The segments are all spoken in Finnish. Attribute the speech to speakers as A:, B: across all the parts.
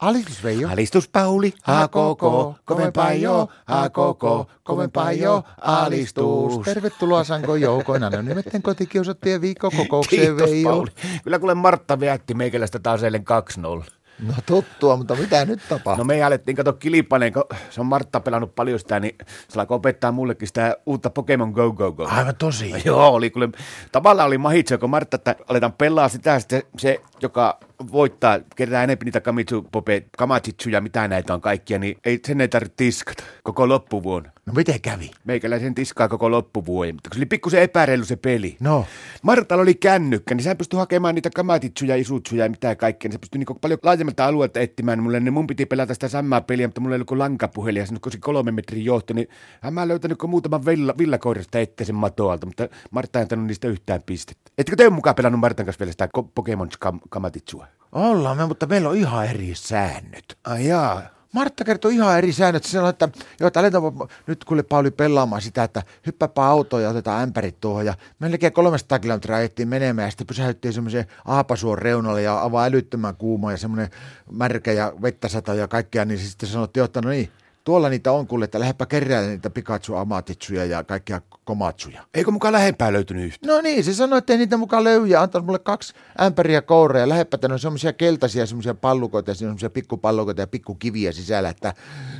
A: Alistus Veijo.
B: Alistus Pauli, a koko, kovempaa jo, a koko, kovempaa jo, alistus.
A: Tervetuloa Sanko joukoina. No nimetten kotikiusattujen viikkokokoukseen
B: Kiitos
A: Veijo.
B: Pauli. Kyllä kuule Martta väitti meikäläistä taas eilen 2-0.
A: No tuttua, mutta mitä nyt
B: No
A: tapahtuu?
B: me alettiin kato Kilipanen, kun se on Martta pelannut paljon sitä, niin se alkoi opettaa mullekin sitä uutta Pokemon Go Go Go.
A: Aivan tosi.
B: Joo, oli kyllä. Tavallaan oli mahitse, kun Martta, että aletaan pelaa sitä, sitten se, joka voittaa, kerää enemmän niitä kamitsupope, kamachitsuja, mitä näitä on kaikkia, niin ei, sen ei tarvitse tiskata koko loppuvuonna.
A: No miten kävi?
B: Meikäläisen tiskaa koko loppuvuoden, mutta kun se oli pikkusen epäreilu se peli.
A: No.
B: Martalla oli kännykkä, niin sehän pystyi hakemaan niitä kamatitsuja, isutsuja ja mitä kaikkea. Niin se pystyi niinku paljon laajemmalta alueelta etsimään mulle. Niin mun piti pelata sitä samaa peliä, mutta mulla ei ollut kuin lankapuhelin. Ja sinne kun se kolme metrin johto, niin hän mä löytänyt kuin muutaman villa, villakoirasta ettei sen matoalta. Mutta Martta ei antanut niistä yhtään pistettä. Ettekö te ole mukaan pelannut Martan kanssa vielä sitä ko- Pokemon kam- kamatitsua?
A: Ollaan me, mutta meillä on ihan eri säännöt.
B: Ai jaa.
A: Martta kertoi ihan eri säännöt. Se sanoi, että joo, että aletaanpa nyt kuule Pauli pelaamaan sitä, että hyppäpä autoon ja otetaan ämpärit tuohon. Ja melkein 300 kilometriä ajettiin menemään ja sitten pysähdyttiin semmoiseen aapasuon reunalle ja avaa älyttömän kuuma ja semmoinen märkä ja vettä sataa ja kaikkea. Niin se sitten sanottiin, että no niin, tuolla niitä on kuule, että lähdepä keräämään niitä Pikachu, Amatitsuja ja kaikkia komatsuja.
B: Eikö mukaan lähempää löytynyt yhtään?
A: No niin, se sanoi, että ei niitä mukaan löyjä. Antaa mulle kaksi ämpäriä kouraa ja lähepä tänne on semmoisia keltaisia semmoisia pallukoita ja semmoisia pikkupallukoita ja pikkukiviä sisällä, että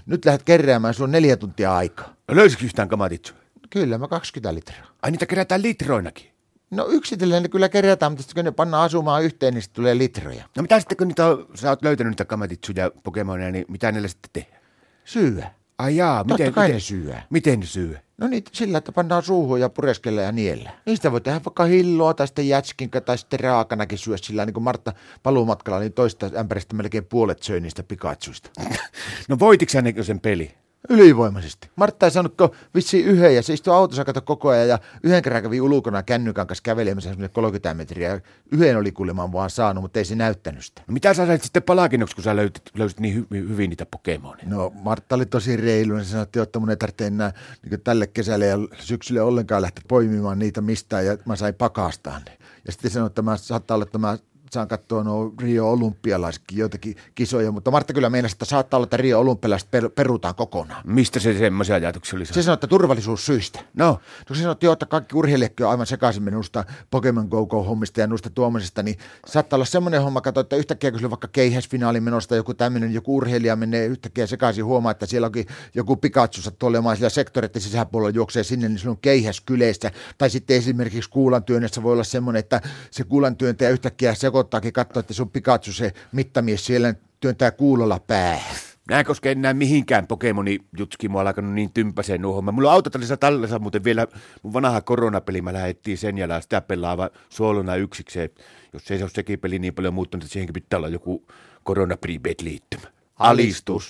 A: nyt lähdet keräämään, sulla on neljä tuntia aikaa.
B: Löysikö yhtään kamatitsua?
A: Kyllä, mä 20 litraa.
B: Ai niitä kerätään litroinakin.
A: No yksitellen ne kyllä kerätään, mutta sitten kun ne pannaan asumaan yhteen, niin sitten tulee litroja.
B: No mitä sitten, kun niitä on, sä oot löytänyt niitä kamatitsuja Pokemonia, niin mitä niillä sitten tehdään?
A: Syyä.
B: Ai jaa,
A: Totta
B: miten,
A: kai
B: miten,
A: ne syyä.
B: miten ne syö?
A: No niin, sillä, että pannaan suuhun ja pureskella ja niellä. Niistä voi tehdä vaikka hilloa tai sitten jätskinkä tai sitten raakanakin syö sillä niin kuin Martta paluumatkalla, niin toista ämpäristä melkein puolet söi niistä pikatsuista.
B: No voititko ne sen peli?
A: Ylivoimaisesti. Martta ei saanut ko- vissiin yhden ja se istui autossa kato koko ajan ja yhden kerran kävi ulkona kännykän kanssa kävelemässä semmoinen 30 metriä. Yhden oli kuulemma vaan saanut, mutta ei se näyttänyt sitä.
B: No mitä sä sait sitten palkinnoksi, kun sä löysit, löysit niin hy- hyvin niitä Pokemonia?
A: No Martta oli tosi reilu, niin sanoi, että, joo, että mun ei tarvitse enää niin tälle kesälle ja syksylle ollenkaan lähteä poimimaan niitä mistään ja mä sain pakastaan ne. Ja sitten sanoi, että mä saattaa olla, että mä saan katsoa nuo Rio olympialaiskin joitakin kisoja, mutta Martta kyllä meinasi, että saattaa olla, että Rio olympialaiset per- perutaan kokonaan.
B: Mistä se semmoisia ajatuksia oli?
A: Se sanoi, että turvallisuussyistä.
B: No,
A: No se sanoi, että joo, että kaikki urheilijatkin on aivan sekaisin minusta Pokemon Go Go hommista ja noista tuommoisesta, niin saattaa olla semmoinen homma, kato, että yhtäkkiä kun sillä on vaikka keihäsfinaali menosta joku tämmöinen, joku urheilija menee yhtäkkiä sekaisin, huomaa, että siellä onkin joku Pikachu sattuu olemaan sillä sektoreiden sisäpuolella juoksee sinne, niin sillä on keihäs kyleissä. Tai sitten esimerkiksi kuulan työnnössä voi olla semmoinen, että se kuulan työntäjä yhtäkkiä sekoittaakin katsoa, että se on Pikachu se mittamies siellä niin työntää kuulolla päähän.
B: Nää ei koske enää mihinkään Pokemoni jutski, mua on alkanut niin tympäseen nuo homma. Mulla on autotallissa tallessa muuten vielä mun vanha koronapeli, mä lähettiin sen jälään sitä pelaava suolona yksikseen. Jos ei se ole sekin peli niin paljon muuttunut, että siihenkin pitää olla joku koronapri liittymä. Alistus.